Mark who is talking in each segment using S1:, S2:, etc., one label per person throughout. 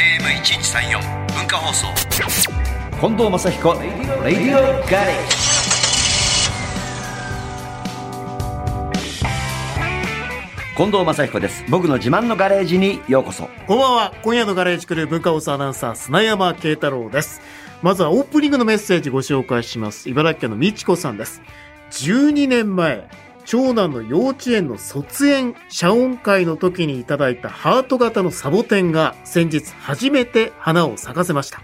S1: FM916AM1134 文化放送
S2: 近藤正彦レディオガレージ近藤正彦です僕の自慢のガレージにようこそ
S3: こんばんは。今夜のガレージクルー文化放送アナウンサー、砂山慶太郎です。まずはオープニングのメッセージご紹介します。茨城県のみちこさんです。12年前、長男の幼稚園の卒園、謝恩会の時にいただいたハート型のサボテンが先日初めて花を咲かせました。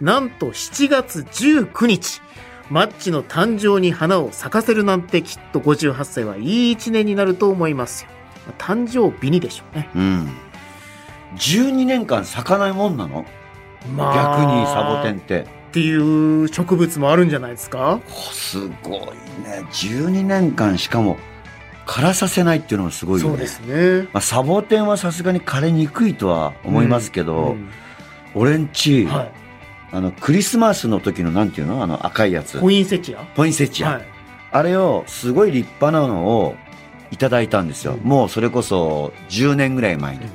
S3: なんと7月19日、マッチの誕生に花を咲かせるなんてきっと58歳はいい1年になると思いますよ。まあ誕生日にでしょうね。
S2: うん12年間咲かないもんなの、
S3: まあ
S2: 逆にサボテンって
S3: っていう植物もあるんじゃないですか
S2: おすごいね12年間しかも枯らさせないっていうのもすごいよ
S3: そ
S2: ね
S3: うですね。
S2: まあ、サボテンはさすがに枯れにくいとは思いますけど、
S3: うん
S2: 俺んち、
S3: は
S2: あのクリスマスの時のなんていうのあの赤いやつ
S3: い。ポインセチア。
S2: ポインセチア、
S3: はい。
S2: あれをすごい立派なのをいただいたんですよ、
S3: うん
S2: もうそれこそ10年ぐらい前に、
S3: うん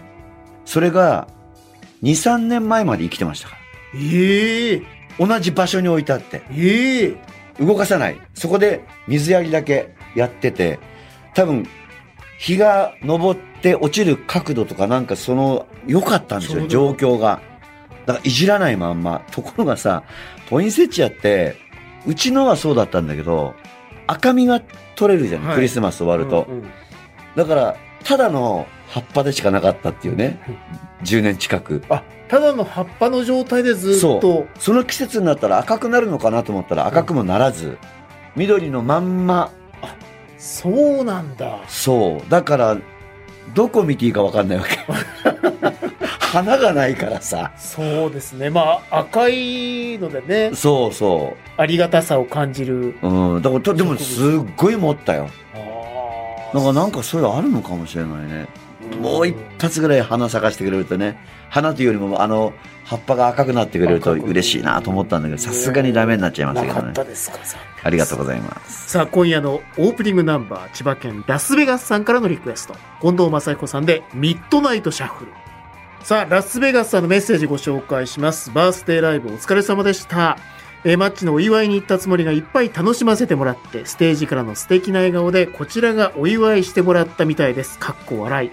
S2: それが23年前まで生きてましたから
S3: ええ
S2: 同じ場所に置いてあって
S3: ええ
S2: 動かさないそこで水やりだけやってて多分日が昇って落ちる角度とかなんかその良かったんですよ
S3: ちょ
S2: 状
S3: うど
S2: 況がだからいじらないまんまところがさポインセチアってうちのはそうだったんだけど赤みが取れるじゃん、
S3: はい
S2: クリスマス終わると、
S3: うんうん
S2: だからただの葉っぱでしかなかったっていうね10年近く
S3: あ、ただの葉っぱの状態でずっと。
S2: その季節になったら赤くなるのかなと思ったら赤くもならず、緑のまんま
S3: そうなんだ。
S2: そう。だから、どこ見ていいか分かんないわ け。花がないからさ。
S3: そうですね。まあ、赤いのでね、
S2: そうそ
S3: ありがたさを感じる。
S2: う。うん。だからと、でも、すっごい持ったよ。
S3: あ
S2: なんか、なんかそういうのあるのかもしれないね。もう一発ぐらい花咲かしてくれるとね、花というよりも、あの、葉っぱが赤くなってくれると
S3: 赤く
S2: 嬉しいなと思ったんだけど、さすがにダメになっちゃいました
S3: な
S2: け
S3: か
S2: ど
S3: っ
S2: ね。
S3: たですか、さ
S2: ありがとうございます。
S3: さあ、今夜のオープニングナンバー、千葉県ラスベガスさんからのリクエスト。近藤正彦さんで、ミッドナイトシャッフル。さあ、ラスベガスさんのメッセージご紹介します。バースデーライブお疲れ様でした。えーマッチのお祝いに行ったつもりがいっぱい楽しませてもらって、ステージからの素敵な笑顔で、こちらがお祝いしてもらったみたいです。かっこ笑い。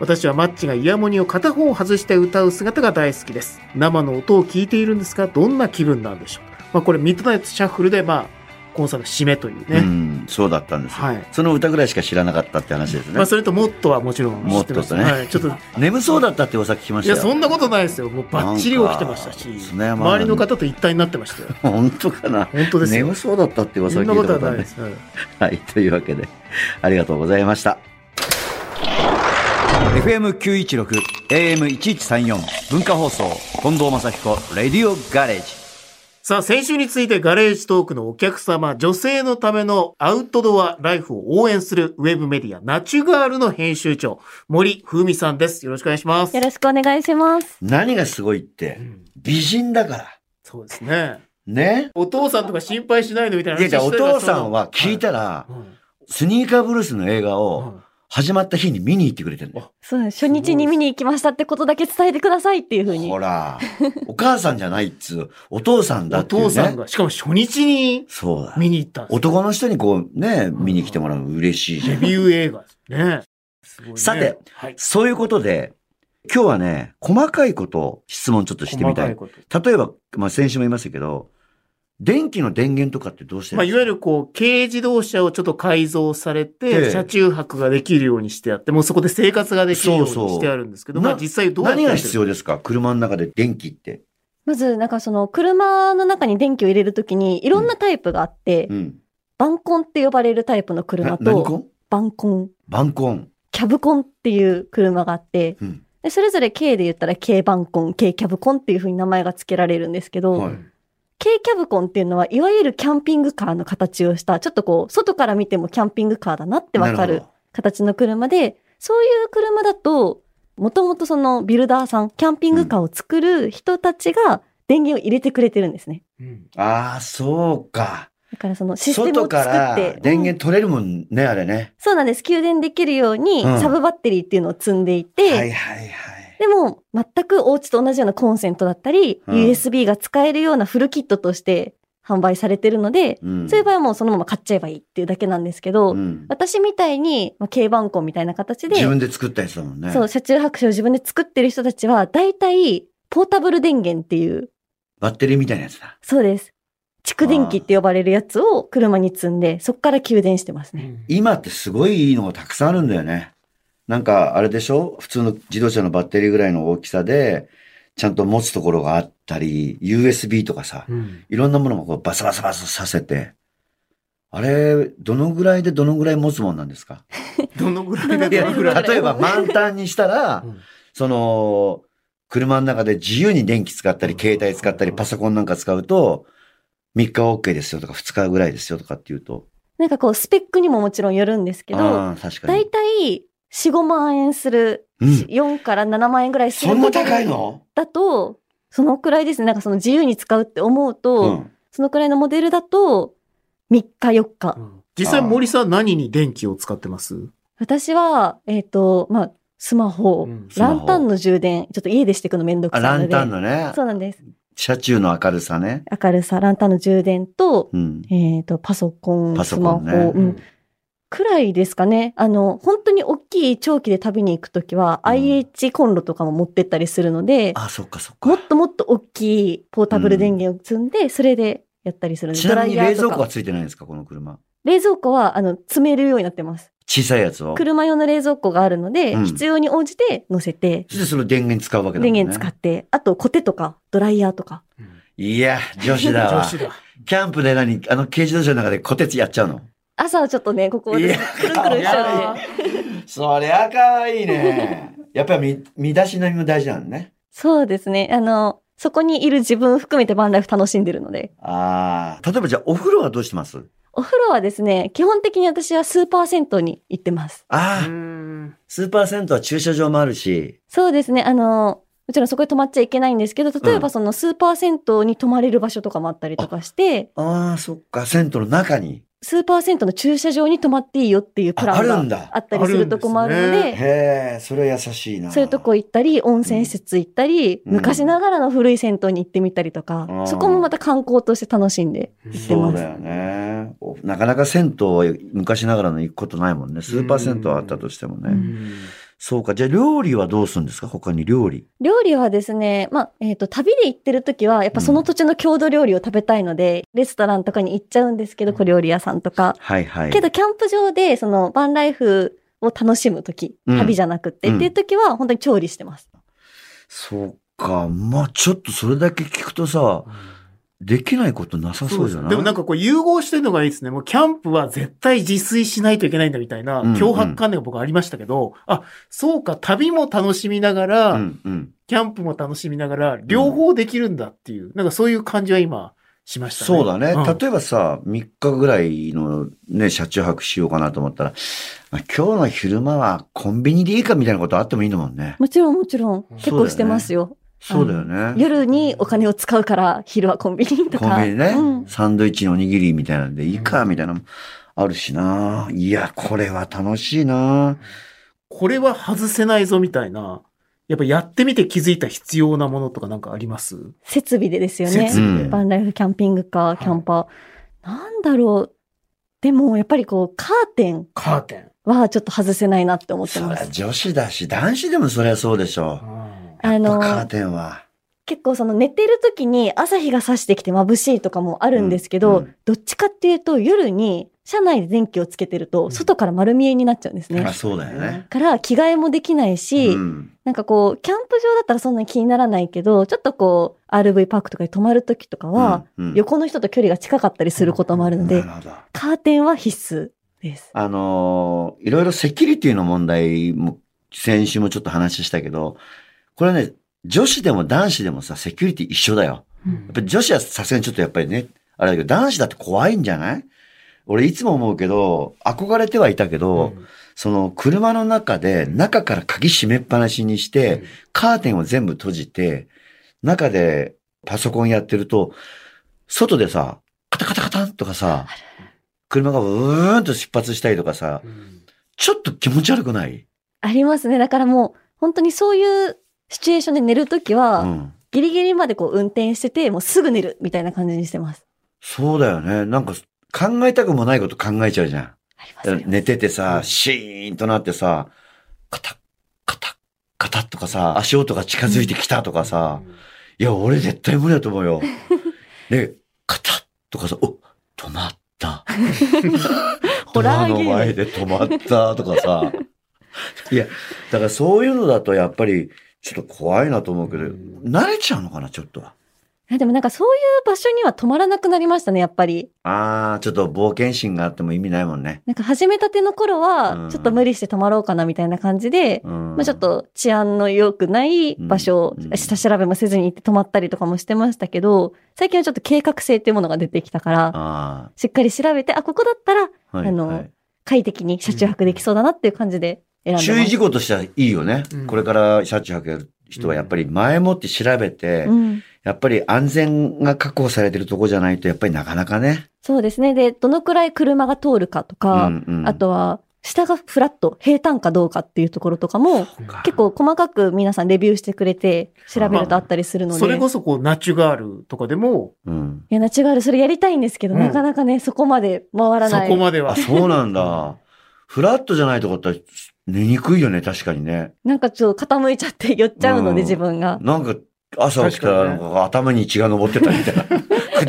S3: 私はマッチがイヤモニを片方外して歌う姿が大好きです。生の音を聞いているんですが、どんな気分なんでしょう。まあ、これ、ミッドナイトシャッフルで、まあ、コンサートの締めという
S2: う
S3: ね。
S2: ん、そうだったんですよ。
S3: はい。
S2: その歌ぐらいしか知らなかったって話です
S3: ま
S2: ね
S3: あ、。それともっとはもちろん知ってます。
S2: もっととね
S3: はい。ちょっと、
S2: 眠そうだったって噂聞きま
S3: い
S2: した
S3: や、
S2: よ。
S3: そんなことないですよ。もうバッチリ起きてましたし、
S2: なんか砂山
S3: 周りの方と一体になってましたよ。
S2: 本当かな
S3: 本当ですよ
S2: 眠。そうだったって噂
S3: そ
S2: を
S3: んな
S2: 聞
S3: こ
S2: いたこととあ
S3: はな
S2: るね
S3: いで。す。はい
S2: はい、というわけで、ありがとうございました。FM916、AM1134、文化放送、近藤正彦、レディオガレージ。
S3: さあ、先週についてガレージトークのお客様、女性のためのアウトドアライフを応援するウェブメディア、ナチュガールの編集長、森風美さんです。よろしくお願いします。
S4: よろしくお願いします。
S2: 何がすごいって
S3: う、ん
S2: 美人だから。
S3: そうですね。
S2: ね
S3: お父さんとか心配しないのみたいない
S2: や、
S3: 話
S2: じゃあお
S3: してたら
S2: 父さんは聞いたら
S3: そ、のうん
S2: スニーカーブルースの映画
S3: う
S2: を
S3: ん
S2: 始まった日に見に行ってくれてるのよ。
S4: そうです初日に見に行きましたってことだけ伝えてくださいっていうふうに
S2: ほ。ら、お母さんじゃないっつう、お父さんだ
S3: お
S2: っていうね。
S3: 父さんが、しかも初日に
S2: そうだ。
S3: 見に行ったんですよ
S2: 男の人にこうね、見に来てもらうの嬉しいじゃ
S3: デ
S2: ん。
S3: ビュー映画ですね。すごいね
S2: さて、
S3: はい、
S2: そういうことで、今日はね、細かいことを質問ちょっとしてみたい。
S3: 細かこと
S2: 例えば、まあ先週も言いましたけど、電気の電源とかってどうしてる
S3: まあ、
S2: んで
S3: い
S2: す
S3: わ
S2: か
S3: ゆるこう、軽自動車をちょっと改造さ
S2: え
S3: れ
S2: え
S3: て、車中泊ができるようにしてあって、もうそこで生活ができるように
S2: そうそう
S3: してあるんですけど、
S2: な
S3: まあ実際どうやって
S2: 何
S3: や
S2: が
S3: ってる
S2: 必要ですか車の中で電気って。
S4: まず、なんかその、車の中に電気を入れるときに、いろんなタイプがあって、
S2: うん。
S4: バンコンって呼ばれるタイプの車
S2: な何コ
S4: と、
S2: ン
S4: バンコン、
S2: バンコン。
S4: キャブコンっていう車があって、
S2: うん。
S4: でそれぞれ K で言ったら K バンコン、K キャブコンっていうふうに名前が付けられるんですけど、
S2: はい
S4: K キャブコンっていうのは、いわゆるキャンピングカーの形をした、ちょっとこう、外から見てもキャンピングカーだなってわかる
S2: なほ
S4: 形の車で、そういう車だと、もともとそのビルダーさん、キャンピングカーを作る人たちが電源を入れてくれてるんですね。
S3: うん
S2: ど。ああ、そうか。
S4: だからそのシステムを
S2: 外
S4: 作っ
S2: から
S4: て。
S2: 電
S4: うん
S2: 源取れるもんね、あれね。
S4: そうなんです。給電できるように
S2: うん
S4: サブバッテリーっていうのを積んでい
S2: は
S4: て、
S2: いはいはい。
S4: でも全くお家と同じようなコンセントだったり、
S2: うん
S4: USB が使えるようなフルキットとして販売されてるので、
S2: うん
S4: そういう場合はもうそのまま買っちゃえばいいっていうだけなんですけど、
S2: うん
S4: 私みたいに、まあ、軽バンコみたいな形で、
S2: 自分で作ったやつだもんね。
S4: そう、車中泊車を自分で作ってる人たちは、大体、ポータブル電源っていう、
S2: バッテリーみたいなやつだ。
S4: そうです。蓄電器って呼ばれるやつを車に積んで、そこから給電してますね。
S2: 今ってすごいいいのがたくさんあるんだよね。なんか、あれでしょ普通の自動車のバッテリーぐらいの大きさで、ちゃんと持つところがあったり、USB とかさ、
S3: うん
S2: いろんなものもこうバサバサバサさせて、あれ、どのぐらいでどのぐらい持つもんなんですか
S3: どのぐらいが
S2: いや、
S3: どのぐらい
S2: 例えば満タンにしたら、
S3: うん
S2: その、車の中で自由に電気使ったり、携帯使ったり、パソコンなんか使うと、3日は OK ですよとか、2日ぐらいですよとかって言うと。
S4: なんかこう、スペックにももちろんよるんですけど、
S2: ああ、確か
S4: 大
S2: に。
S4: 体、4、5万円する、
S2: うん。
S4: 4から7万円ぐらいする
S2: そんな高いの
S4: だと、そのくらいですね。なんかその自由に使うって思うと、
S2: うん。
S4: そのくらいのモデルだと、3日4日。
S3: うん実際森さん何に電気を使ってます
S4: 私は、えっ、と、まあ、スマホ、
S3: うん
S4: ランタンの充電、ちょっと家でしていくのめんどくさ
S2: あ、ラ
S4: いので。
S2: ンタンのね。
S4: そうなんです。
S2: 車中の明るさね。
S4: 明るさ、ランタンの充電と、
S2: うん。
S4: えっ、と、パソコン、
S2: パソコンね
S4: スマホ、うんくらいですかね。あの、本当に大きい長期で旅に行くときは、
S2: うん
S4: IH コンロとかも持ってったりするので、
S2: あ、そっかそっ
S4: もっ
S2: か。
S4: ともっと大きいポータブル電源を積んで、それでやったりするんです。
S2: ちなみに
S4: ドライ
S2: 冷
S4: ヤーと
S2: 蔵
S4: か
S2: 庫はついてないんですかこの車。
S4: 冷蔵庫は、あの、積めるようになってます。
S2: 小さいやつを。
S4: 車用の冷蔵庫があるので、
S2: うん
S4: 必要に応じて乗せて、
S2: そしてその電源使うわけだも
S4: 電
S2: んね。
S4: 源使って、あとコテとかドライヤーとか。
S2: いや、女子だ
S3: 女
S2: わ。
S3: 子だ。
S2: キャンプで何あの軽自動車の中で小鉄やっちゃうの
S4: 朝はちょっとね、ここ
S2: い
S4: で
S2: や
S4: くるんくるんしちゃうね。
S2: そりゃ可愛い ね。やっぱりみ身だしなみも大事なのね。
S4: そうですね。あの、そこにいる自分含めてバンライフ楽しんでるので。
S2: ああ。例えばじゃあお風呂はどうしてます
S4: お風呂はですね、基本的に私はスーパー銭湯に行ってます。
S2: ああ、スーパー銭湯は駐車場もあるし。
S4: そうですね。あの、もちろんそこで泊まっちゃいけないんですけど、例え
S2: う
S4: ば
S2: ん
S4: そのスーパー銭湯に泊まれる場所とかもあったりとかして、
S2: ああ、そっか。銭湯の中に。
S4: スーパー銭湯の駐車場に泊まっていいよっていうプラ
S2: あある
S4: ン
S2: ん
S4: が
S2: だ
S4: あ。ったりするとこもあるの
S3: あるんです
S4: で、
S2: へえ、それは優しいな。
S4: そういうとこ行ったり、温泉施設行ったり、
S2: うん
S4: 昔ながらの古い銭湯に行ってみたりとか、
S2: うん
S4: そこもまた観光として楽しんで行って
S2: そ
S4: ま
S2: う
S4: す。
S2: だよね。おなかなか銭湯は昔ながらの行くことないもんね。スーパー銭湯はあったとしてもね。
S4: うん
S2: そうか。じゃあ料理はどうするんですか他に料理。
S4: 料理はですね、まあ、えっ、と、旅で行ってる時は、やっぱその土地の郷土料理を食べたいので、レストランとかに行っちゃうんですけど、小料理屋さんとか。
S2: はいはい。
S4: けど、キャンプ場で、その、バンライフを楽しむ時、
S2: うん
S4: 旅じゃなくて、
S2: うん
S4: っていう時は、本当に調理してます。
S2: そうか。まあちょっとそれだけ聞くとさ、できないことなさ
S3: そ
S2: そうう
S3: で
S2: じゃ
S3: す
S2: ない
S3: でもなんかこう融合してるのがいいですね。もうキャンプは絶対自炊しないといけないんだみたいな
S2: うんうん
S3: 脅迫観念が僕ありましたけど、あ、そうか、旅も楽しみながら、
S2: うんうん。
S3: キャンプも楽しみながら、両方できるんだっていう、なんかそういう感じは今しましたね。
S2: そうだね。
S3: ん
S2: 例えばさ、3日ぐらいのね、車中泊しようかなと思ったら、まあ今日の昼間はコンビニでいいかみたいなことあってもいいのもんね。
S4: もちろん、もちろん、結構してますよ。
S2: そうだよね。
S4: 夜にお金を使うから、昼はコンビニと
S2: コ
S4: か。
S2: ンビニね、
S4: うん
S2: サンドイッチのおにぎりみたいなんでいいかみたいなのもあるしな。いや、これは楽しいな。
S3: これは外せないぞみたいな、やっぱやってみて気づいた必要なものとかなんかあります
S4: 設備でですよ
S3: 設
S4: ね。
S3: 備で。
S2: うん
S4: バンライフキャンピングカー、キャンパー。なんだろう。でも、やっぱりこう、カーテン
S3: カーテン。
S4: はちょっと外せないなって思って
S2: そり
S4: ま
S2: ゃ
S4: す。
S2: 女子だし、男子でもそりゃそうでしょう。
S4: あ
S2: やっぱカー
S4: の、
S2: テンは。
S4: 結構その寝てる時に朝日が差してきて眩しいとかもあるんですけど、
S2: うんうん
S4: どっちかっていうと夜に車内で電気をつけてる
S3: うん
S4: と外から丸見えになっちゃうんですね。
S2: あ、そうだよね。
S4: から着替えもできないし、
S2: うん
S4: なんかこう、キャンプ場だったらそんなに気にならないけど、ちょっとこう、RV パークとかに泊まる時とかは、
S2: うんうん
S4: 横の人と距離が近かったりすることもあるので、
S2: なるほど。
S4: カーテンは必須です。
S2: あのーいろいろセキュリティの問題も、先週もちょっと話したけど、これはね、女子でも男子でもさ、セキュリティ一緒だよ。やっぱり女子はさすがにちょっとやっぱりね、あれだけど、男子だって怖いんじゃない俺いつも思うけど、憧れてはいたけど、その車の中で中から鍵閉めっぱなしにして、カーテンを全部閉じて、中でパソコンやってると、外でさ、カタカタカタタンとかさ、車がうーんと出発したりとかさ、ちょっと気持ち悪くない
S4: ありますね。だからもう、本当にそういうシチュエーションで寝るとき
S2: う
S4: は、
S2: ん。
S4: ギリギリまでこう運転してて、もうすぐ寝るみたいな感じにしてます。
S2: そうだよね。なんか考えたくもないこと考えちゃうじゃん。
S4: あり
S2: だ
S4: ます
S2: から
S4: ね。
S2: 寝てて
S3: う
S2: さ
S3: ん、
S2: シーンとなってさ、カタッ、カタッ、カタッとかさ、足音が近づいてきたとかさ、いや、俺絶対無理だと思う よ。で、カタッとかさ、お、止ま った。
S4: ホ
S2: ドア
S4: ラーゲーム
S2: の前で止まったとか さ。いや、だからそういうのだとやっぱり、ちょっと怖いなと思うけど、
S3: うん
S2: 慣れちゃうのかな、ちょっとは。
S4: えでもなんかそういう場所には止まらなくなりましたね、やっぱり。
S2: あー、ちょっと冒険心があっても意味ないもんね。
S4: なんか始めたての頃
S2: うん
S4: は、ちょっと無理して止まろうかなみたいな感じで、
S2: うん。
S4: まあちょっ、と治安の良くない場所
S2: うんうん
S4: を下調べもせずに行って止まったりとかもしてましたけど、最近はちょっと計画性っていうものが出てきたから、
S2: あ
S4: しっかり調べて、あ、ここだったら
S2: ー、はい、
S4: あの
S2: はい
S4: 快適に車中泊できそうだなっていう感じで選んでます。
S2: 注意事項としてはいいよね。
S3: うん
S2: これから車中泊やる人はやっぱり前もって調べて、
S4: うん。
S2: やっぱり安全が確保されてるとこじゃないと、やっぱりなかなかね。
S4: そうですね。で、どのくらい車が通るかとか、
S2: うんうん
S4: あとは、下がフラット、平坦かどうかっていうところとかも、結構細かく皆さんレビューしてくれて、調べるとあったりするので。
S3: それこそこう、ナチュガールとかでも、
S2: うん。
S4: いや、ナチュラルそれやりたいんですけど、
S3: うん
S4: なかなかね、そこまで回ら
S3: そ
S4: ない。
S3: こまでは
S2: あ、。そうなん だ。フラットじゃないとこだったら寝にくいよね、確かにね。
S4: なんかちょっと傾いちゃって寄っちゃうので、
S2: うん
S4: 自分が。
S2: なんか、朝起きたら、なん
S3: 確か
S2: か頭に血が上ってたみたい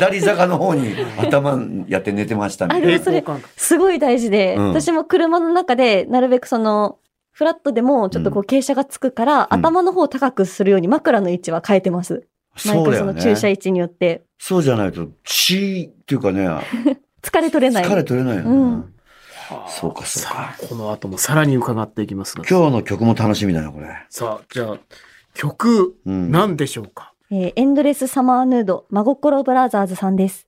S2: な。下り坂の方に頭やって寝てましたみたい
S4: あ
S2: な
S4: れ。
S3: 平行 感覚。
S4: すごい大事で、
S2: うん
S4: 私も車の中で、なるべくその、フラットでもちょっとこう傾斜がつくから、
S2: うん
S4: 頭の方を高くするように枕の位置は変えてます。毎
S2: そう
S4: 回
S2: だ
S4: そ
S2: よ
S4: の駐車
S2: ね。
S4: 位置によって。
S2: そうじゃないと、血っていうかね、
S4: 疲れ取れない。
S2: 疲れ取れないよね。
S4: うん
S2: そうかそうか
S3: さあこの後もさらに伺っていきますが。
S2: 今日の曲も楽しみだな、これ。
S3: さあ、じゃあ、曲、
S2: うん。
S3: なんでしょうか、
S4: えーエンドレスサマーヌード、真心ブラザーズさんです。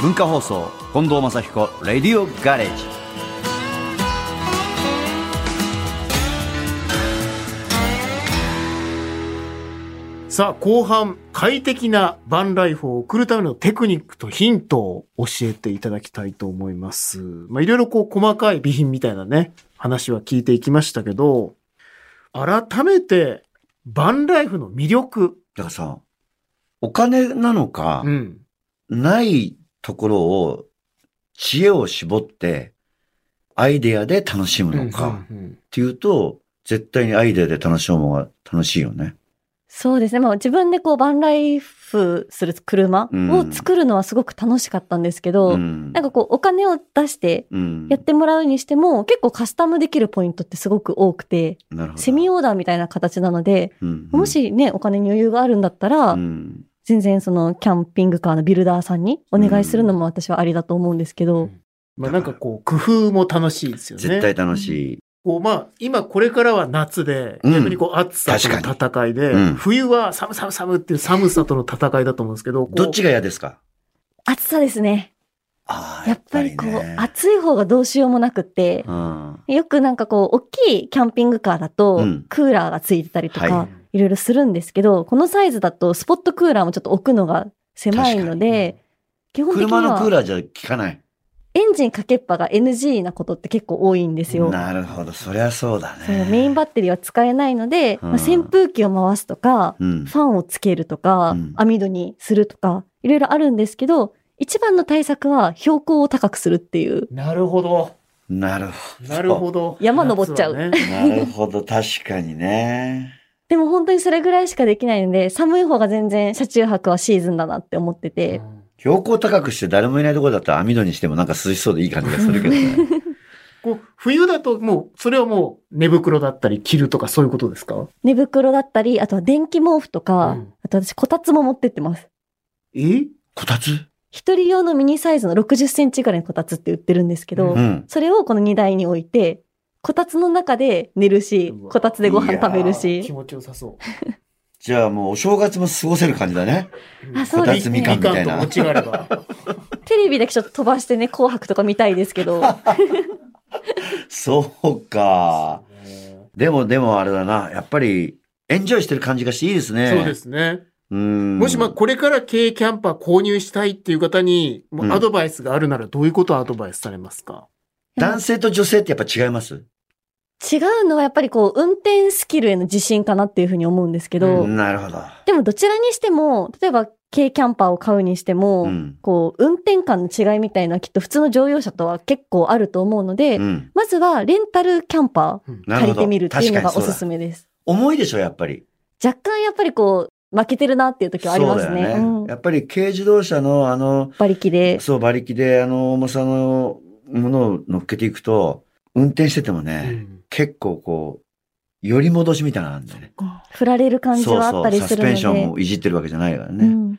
S1: 文化放送近藤正彦レディオガレージ
S3: さあ、後半、快適なバンライフを送るためのテクニックとヒントを教えていただきたいと思います。まあ、いろいろこう、細かい備品みたいなね、話は聞いていきましたけど、改めて、バンライフの魅力。
S2: だからさ、お金なのか、
S3: うん。
S2: ないところを、知恵を絞って、アイデアで楽しむのか、っ
S3: うんうん
S2: ていうと、絶対にアイデアで楽しむ方が楽しいよね。
S4: そうですね。まあ自分でこうバンライフする車を作るのはすごく楽しかったんですけど、
S2: ん
S4: なんかこうお金を出して
S2: うん
S4: やってもらうにしても、結構カスタムできるポイントってすごく多くて、
S2: なるほど
S4: セミオーダーみたいな形なので、
S2: うん
S4: もしね、お金に余裕があるんだったら、
S2: うん
S4: 全然そのキャンピングカーのビルダーさんにお願いするのも私はありだと思うんですけど、
S3: まあ、なんかこう、工夫も楽しいですよね。
S2: 絶対楽しい。
S3: こうまあ、今これからは夏で、
S2: うん
S3: 逆にこう暑さとの戦いで、
S2: 確かにうん
S3: 冬は寒寒寒っていう寒さとの戦いだと思うんですけど、こう
S2: どっちが嫌ですか
S4: 暑さですね。
S2: あー
S4: やっぱりこう、
S2: ね
S4: 暑い方がどうしようもなくって、
S2: うん
S4: よくなんかこう、大きいキャンピングカーだと
S2: うん、
S4: クーラーがついてたりとか、、
S2: はい
S4: ろいろするんですけど、このサイズだと、スポットクーラーもちょっと置くのが狭いので、基本的に
S2: 車のクー
S4: は、
S2: ラーじゃ効かない。
S4: エンジンかけっぱが NG なことって結構多いんですよ。
S2: なるほど。そりゃそうだね。
S4: そうメインバッテリーは使えないので、
S2: うん
S4: まあ扇風機を回すとか、
S2: うん
S4: ファンをつけるとか、
S2: うん
S4: 網戸にするとか、いろいろあるんですけど、一番の対策は標高を高くするっていう。
S3: なるほど。
S2: なるほど。
S3: なるほど。
S4: 山登っちゃう
S3: 夏はね
S2: なるほど、確かにね。
S4: でも本当にそれぐらいしかできないので、寒い方が全然車中泊はシーズンだなって思ってて、
S2: 標高高くして誰もいないところだったら網戸にしてもなんか涼しそうでいい感じがするけどね。
S3: こう冬だともう、それはもう寝袋だったり着るとかそういうことですか
S4: 寝袋だったり、あとは電気毛布とか、
S3: うん
S4: あと私こたつも持ってってます。
S3: え
S2: こたつ
S4: 一人用のミニサイズの60センチぐらいのこたつって売ってるんですけど、
S2: うん。
S4: それをこの荷台に置いて、こたつの中で寝るし
S3: うわ、
S4: こたつでご飯食べる
S3: あー気
S4: し、
S3: 持ちよさそう。
S2: じゃあもうお正月も過ごせる感じだね。
S4: あそうですねこたつみかん
S2: みたいな
S3: みかんと餅があれば。
S4: テレビだけちょっと飛ばしてね、紅白とか見たいです けど、
S2: そうか。でもでもあれだな。やっぱりエンジョイしてる感じがしていいですね。。
S3: そうですすね。
S2: うん。
S3: もしまあこれから軽キャンパー購入したいっていう方に、もうアドバイスがあるならどういうことをアドバイスされますか、
S2: 男性と女性ってやっぱ違います
S4: 違うのはやっぱりこう、運転スキルへの自信かなっていうふうに思うんですけど、
S3: うん
S2: なるほど。
S4: でもどちらにしても、例えば軽キャンパーを買うにしても、
S2: うん。
S4: こう、運転感の違いみたいなのはきっと普通の乗用車とは結構あると思うので、
S2: うん。
S4: まずはレンタルキャンパー
S2: なる
S4: 借
S2: ほど。
S4: りてみるっていうのがおすす
S2: め。
S4: めです。
S2: 重いでしょ、やっぱり。
S4: 若干やっぱりこう、負けてるなっていう時はありますね。
S2: そうだよ
S4: うん
S2: やっぱり軽自動車のあの、
S4: 馬力で。
S2: そう、馬力であの重さのものを乗っけていくと、運転しててもね、
S3: うん
S2: 結構こう、寄り戻しみたいなのあるんだよね。
S4: 振られる感じはあったり
S2: そうそ
S4: す
S2: う、サ
S4: る
S2: ス
S4: の
S2: ペ
S4: で。
S2: ンションをいじってるわけじゃないから
S4: う
S2: ね。
S4: ん。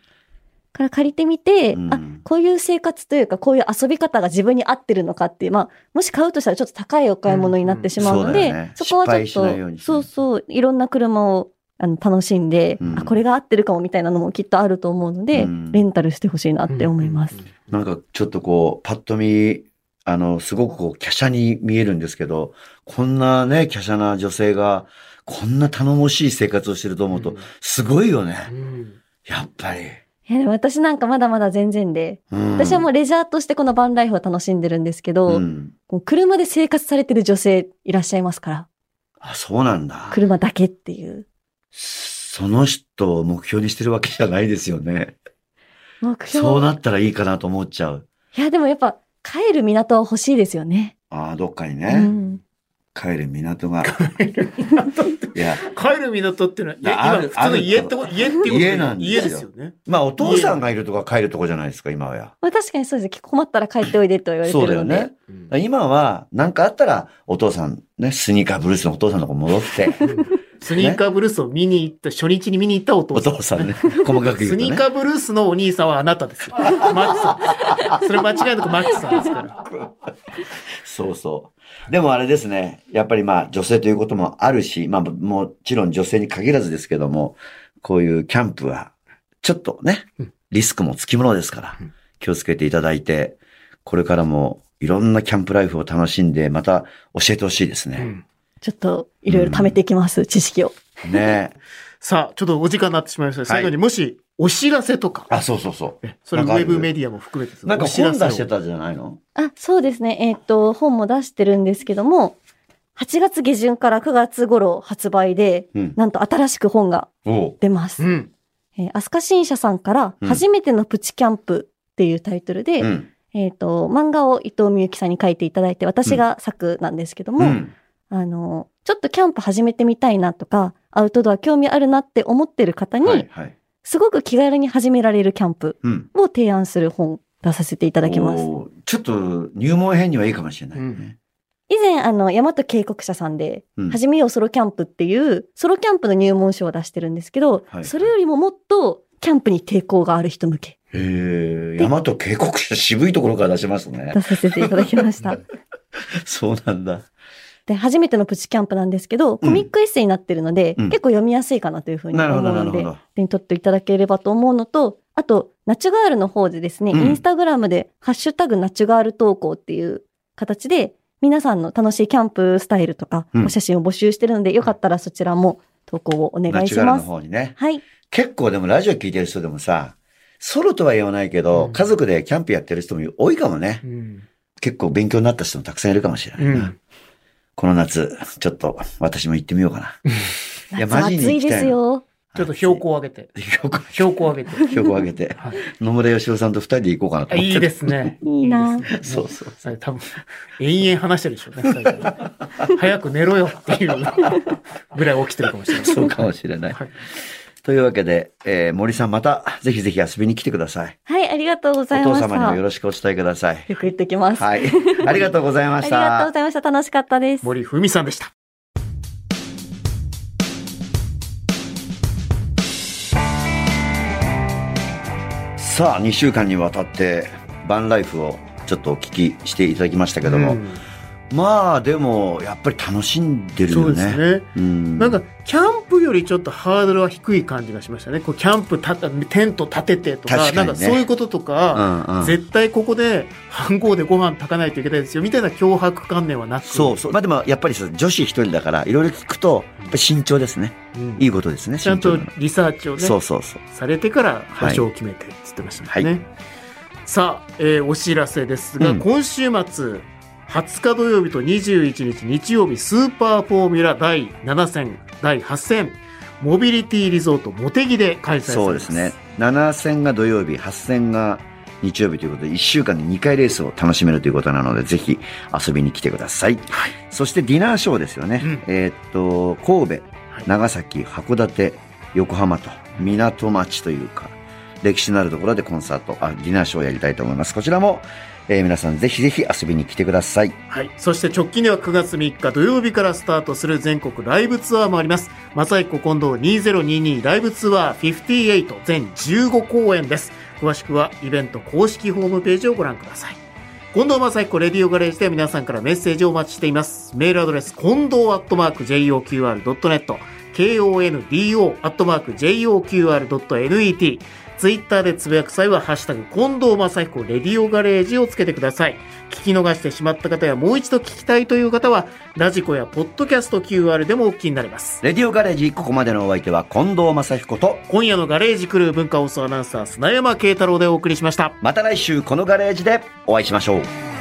S4: から借りてみて、
S2: うん
S4: あ、こういう生活というか、こういう遊び方が自分に合ってるのかっていう、まあ、もし買うとしたらちょっと高いお買い物になってしまうので、
S2: うんうんそうだよね
S4: そこはち
S2: 失敗しないよ
S4: ょ
S2: う
S4: っ
S2: に
S4: と、そうそう、いろんな車をあの楽しんで、
S2: うん
S4: あ、これが合ってるかもみたいなのもきっとあると思うので、
S2: うん
S4: レンタルしてほしいなって思います。
S3: うん
S2: なんかちょっとこう、パッと見、あの、すごくこう、華奢に見えるんですけど、こんなね、華奢な女性が、こんな頼もしい生活をしてると思うと、すごいよね。
S3: うん
S2: やっぱり。
S4: えーでも私なんかまだまだ全然で、
S2: うん
S4: 私はもうレジャーとしてこのバンライフを楽しんでるんですけど、
S2: ん。
S4: こう車で生活されてる女性いらっしゃいますから、
S2: あ、そうなんだ。
S4: 車だけっていう。
S2: その人を目標にしてるわけじゃないですよね。
S4: 目標。
S2: そうなったらいいかなと思っちゃう。
S4: いや、でもやっぱ、帰る港は欲しいですよね。
S2: ああ、どっかに
S4: う
S2: ね、
S4: ん。
S2: 帰る港が。
S3: 港って
S2: いや、
S3: 帰る港っていうのは、いや
S2: あ
S3: 今
S2: る
S3: 普通の家ってこ
S2: あ
S3: 家っていうこと
S2: 家なんですよ
S3: 家ですよね。
S2: まあお父さんがいるとか帰るとこじゃないですか、今はや。
S4: まあ確かにそうです。困ったら帰っておいでと言われて
S2: そうだ
S4: る
S2: よ
S4: ので。
S2: ね。今は、なんかあったら、お父さん、ね、スニーカーブルースのお父さんのとこ戻 って、
S3: スニーカーブルースを見に行った、初日に見に行ったお
S2: お
S3: 父さん。
S2: 父さんね、細かく言
S3: ス
S2: うと
S3: ニー
S2: ね。
S3: カーブルースのお兄さんはあな たですよ。マックさん。それ間違いなくマックさんですから。
S2: そうそう。でもあれですね、やっぱりまあ女性ということもあるし、まあももちろん女性に限らずですけども、こういうキャンプは、ちょっとね
S3: うん、
S2: リスクもつきものですから
S3: うん、
S2: 気をつけていただいて、これからもいろんなキャンプライフを楽しんで、また教えてほしいですね。
S4: ちょっと、いろいろ貯めていきます、知識を。
S2: ね
S3: さあ、ちょっとお時間になってしまいました。最後にもし、お知らせとか、
S2: あ、そうそうそ
S3: それウ
S2: なんかあ
S3: ェ
S2: る
S3: ブメディアも含めて
S2: う。なんか
S3: お知ら
S2: 本
S3: せを
S2: 出してたじゃないの
S4: あ、そうですね。えーっと、本も出してるんですけども、8月下旬から9月頃発売で、
S2: うん。
S4: なんと新しく本が
S2: おう
S4: 出ます。
S3: うん。
S4: えー、アスカ新社さんから、
S2: うん
S4: 初めてのプチキャンプっていうタイトルで、
S2: うん。
S4: えっ、と、漫画を伊藤美由紀さんに書いていただいて、私が作なんですけども、
S2: うん。
S4: あの、ちょっとキャンプ始めてみたいなとか、アウトドア興味あるなって思ってる方に、
S2: はい、はい。
S4: すごく気軽に始められるキャンプ
S2: うん。
S4: を提案する本出させていただきます。
S2: おーちょっと入門編にはいいかもしれないね。
S4: 以前、あの、大和渓谷社さんで、
S2: うん
S4: 始めようソロキャンプっていう、ソロキャンプの入門書を出してるんですけど、
S2: はい
S4: それよりももっと、キャンプに抵抗がある人向け
S2: へえ、大和渓谷社渋いところから出します ね
S4: 出。させていただきました。
S2: そうなんだ。
S4: で、初めてのプチキャンプなんですけど、コミックエッセイになってるので、
S2: うん
S4: 結構読みやすいかなというふうに
S2: なる
S4: 思
S2: ほ
S4: う
S2: ど、なる
S4: の
S2: ほ
S4: で、
S2: ど。
S4: 手に取っていただければと思うのと、あと、ナチュガールの方でですね、
S2: うん
S4: インスタグラムで、ハッシュタグナチュガール投稿っていう形で、皆さんの楽しいキャンプスタイルとか、
S2: うん
S4: お写真を募集してるので、よかったらそちらも投稿をお願
S2: ナ
S4: い
S2: チュ
S4: し
S2: ガルの
S4: ます。
S2: 方にね。
S4: はい。
S2: 結構でもラジオ聞いてる人でもさ、ソロとは言わないけど、
S3: うん
S2: 家族でキャンプやってる人も多いかもね。
S3: うん。
S2: 結構勉強になった人もたくさんいるかもしれないうな。
S3: ん。
S2: この夏、ちょっと私も行ってみようかな。いや、
S4: 夏は
S2: マジ
S4: 暑
S2: に行
S4: い
S2: き
S4: で
S2: たい
S4: す
S2: の。
S4: よ。
S3: ちょっと標高を上げて。
S2: 標高。
S3: 標高を上げて。
S2: 標高上げ て
S3: はい、
S2: 野村義雄さんと二人で行こうかなと
S3: あ
S2: 思って
S3: いいですね。
S4: いいな
S3: ですね
S2: そうそう。
S3: それ多分、延々話してるでしょうね二人で。早く寝ろよっていうぐらい起きてるかもしれない。
S2: そうかもしれない。
S3: はい
S2: というわけで、えー森さんまたぜひぜひ遊びに来てください。
S4: はい、ありがとうご
S2: お
S4: ざい
S2: 父
S4: まし
S2: 様にも
S4: た。
S2: よ
S4: よ
S2: ろしくお伝えください。
S4: く言ってきます。
S2: はい。ありがとうござい
S4: あ
S2: まし
S4: り
S2: た。
S4: がとうございました。楽しかったです。
S3: 森文さんでした。
S2: さあ、2週間にわたって、バンライフをちょっとお聞きしていただきましたけども、
S3: うん
S2: まあ、でも、やっぱり楽しんでる
S3: そ
S2: よ
S3: う
S2: ね。
S3: ですね。
S2: うん
S3: なんか、キャンプフよりちょっとハードルは低い感じがしましたね。こうキャンプたたテント立ててとか
S2: 確か
S3: なん
S2: にね
S3: かそういうこととか、
S2: うんうん
S3: 絶対ここで飯盒でご飯炊かないといけないですよみたいな脅迫観念はなく、
S2: そうそう。まあでもやっぱりさ女子一人だからいろいろ聞くと、やっぱり慎重ですね。
S3: うん
S2: いいことですね。
S3: ちゃんと
S2: 慎重な
S3: リサーチをね
S2: そうそうそう。
S3: されてから場所を決めてっつってましたもんね。
S2: はい
S3: さあ、えーお知らせですが、
S2: うん
S3: 今週末20日土曜日と21日日曜日スーパーフォーミュラ第7戦第8戦モビリティリゾート茂木で開催されます
S2: そうですね。7戦が土曜日、8戦が日曜日ということで、1週間で2回レースを楽しめるということなので、ぜひ遊びに来てください。そしてディナーショーですよね。
S3: うん
S2: えーっと、神戸、長崎、函館、横浜と、港町というか、歴史のあるところでコンサート、あ、ディナーショーをやりたいと思います。こちらも、えー皆さんぜひぜひ遊びに来てください。
S3: はい、そして直近では9月3日土曜日からスタートする全国ライブツアーもあります正彦近藤2022ライブツアー58全15公演です詳しくはイベント公式ホームページをご覧ください近藤正彦レディオガレージでは皆さんからメッセージをお待ちしていますメールアドレス近藤アットマーク JOQR.net KONDO アットマーク JOQR.net ツイッターでつぶやく際は、ハッシュタグ、近藤正彦レディオガレージをつけてください。聞き逃してしまった方や、もう一度聞きたいという方は、ラジコやポッドキャスト QR でもお聞きになれます。
S2: レディオガレージ、ここまでのお相手は近藤正彦と、
S3: 今夜のガレージクルー文化放送アナウンサー、砂山慶太郎でお送りしました。
S2: また来週このガレージでお会いしましょう。